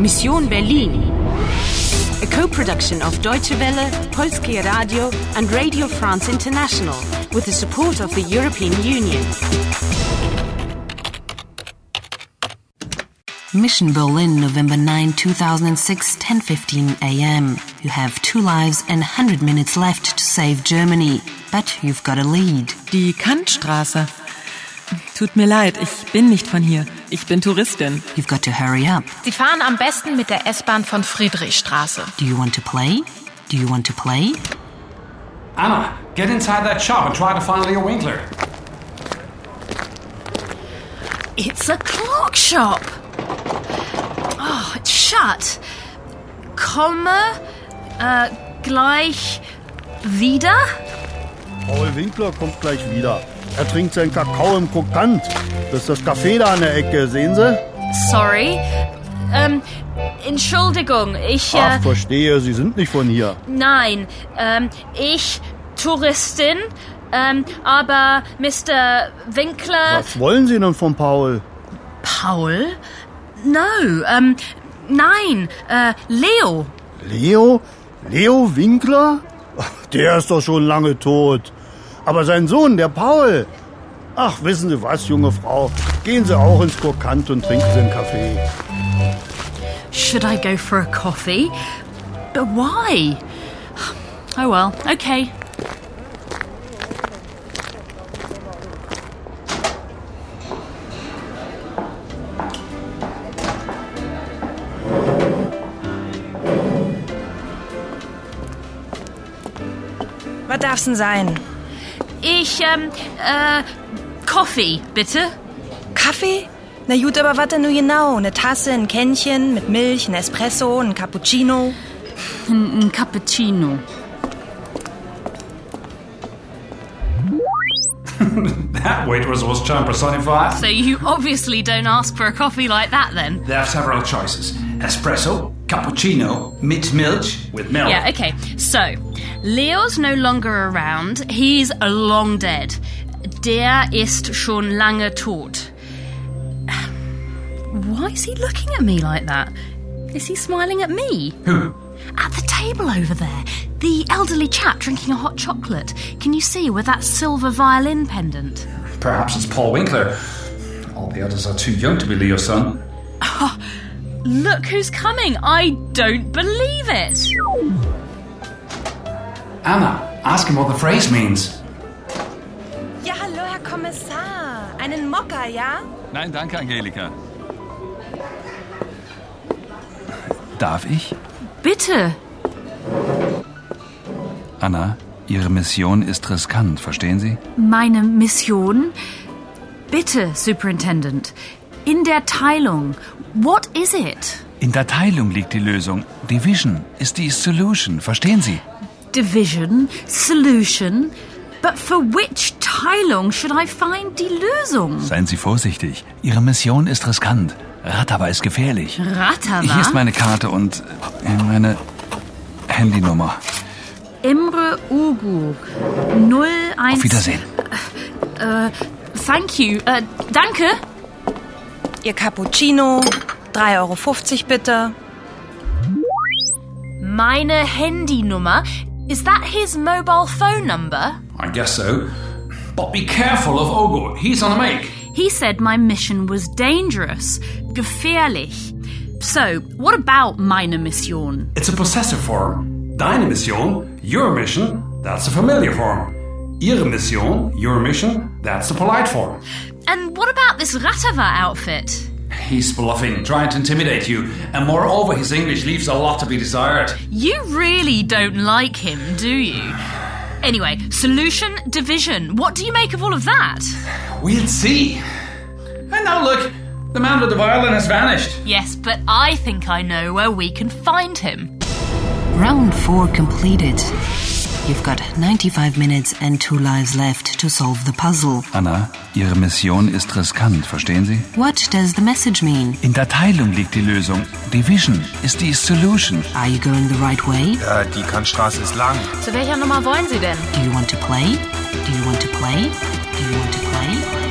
Mission Berlin. A co-production of Deutsche Welle, Polskie Radio and Radio France International with the support of the European Union. Mission Berlin, November 9, 2006, 10:15 a.m. You have two lives and 100 minutes left to save Germany, but you've got a lead. Die Kantstraße. Tut mir leid, ich bin nicht von hier. Ich bin Touristin. You've got to hurry up. Sie fahren am besten mit der S-Bahn von Friedrichstraße. Do you want to play? Do you want to play? Anna, get inside that shop and try to find Leo Winkler. It's a clock shop. Oh, it's shut. Komme äh, gleich wieder. Paul Winkler kommt gleich wieder. Er trinkt seinen Kakao im Krokant. Das ist das Café da an der Ecke, sehen Sie? Sorry. Ähm, Entschuldigung, ich. Äh, Ach, verstehe, Sie sind nicht von hier. nein, ähm, ich Touristin. Ähm, aber Mr. Winkler. Was wollen Sie denn von Paul? Paul? No, ähm, nein, äh, Leo. Leo? Leo Winkler? Ach, Der ist doch schon lange tot. Aber sein Sohn, der Paul. Ach, wissen Sie was, junge Frau? Gehen Sie auch ins Krokant und trinken Sie einen Kaffee. Should I go for a coffee? But why? Oh well, okay. Was darf's denn sein? Ich, ähm, äh, Coffee, bitte. Kaffee? Na gut, aber was denn nun genau? Eine Tasse, ein Kännchen mit Milch, ein Espresso, ein Cappuccino? Ein Cappuccino. That waitress was charm personified. So you obviously don't ask for a coffee like that then. They have several choices espresso, cappuccino, mixed milk with milk. Yeah, okay. So, Leo's no longer around. He's long dead. Der ist schon lange tot. Why is he looking at me like that? Is he smiling at me? Who? At the table over there, the elderly chap drinking a hot chocolate. Can you see with that silver violin pendant? Perhaps it's Paul Winkler. All the others are too young to be Leo's son. Look who's coming! I don't believe it! Anna, ask him what the phrase means. Ja, hallo, Herr Kommissar. Einen Mokka, ja? Nein, danke, Angelika. Darf ich? Bitte! Anna, Ihre Mission ist riskant, verstehen Sie? Meine Mission? Bitte, Superintendent. In der Teilung. What is it? In der Teilung liegt die Lösung. Division ist die Solution, verstehen Sie? Division? Solution? But for which Teilung should I find die Lösung? Seien Sie vorsichtig. Ihre Mission ist riskant. Rattaba ist gefährlich. Hier ist Ratava? meine Karte und äh, meine Handynummer. Imre Ugu. 01. Auf Wiedersehen. Uh, Thank you. Äh, danke. Ihr Cappuccino, 3,50 Euro bitte. Meine Handynummer? Is that his mobile phone number? I guess so. But be careful of Ogo. He's on a make. He said my mission was dangerous. Gefährlich. So, what about meine Mission? It's a possessive form. Deine Mission, your mission, that's a familiar form. Ihre Mission, your mission, that's the polite form. And what about this Ratava outfit? He's bluffing, trying to intimidate you, and moreover, his English leaves a lot to be desired. You really don't like him, do you? Anyway, solution, division. What do you make of all of that? We'll see. And now look, the man with the violin has vanished. Yes, but I think I know where we can find him. Round 4 completed. You've got 95 minutes and two lives left to solve the puzzle. Anna, Ihre Mission ist riskant, verstehen Sie? What does the message mean? In der Teilung liegt die Lösung. Division ist die Solution. Are you going the right way? Äh, die Kantstraße ist lang. Zu welcher Nummer wollen Sie denn? Do you want to play? Do you want to play? Do you want to play?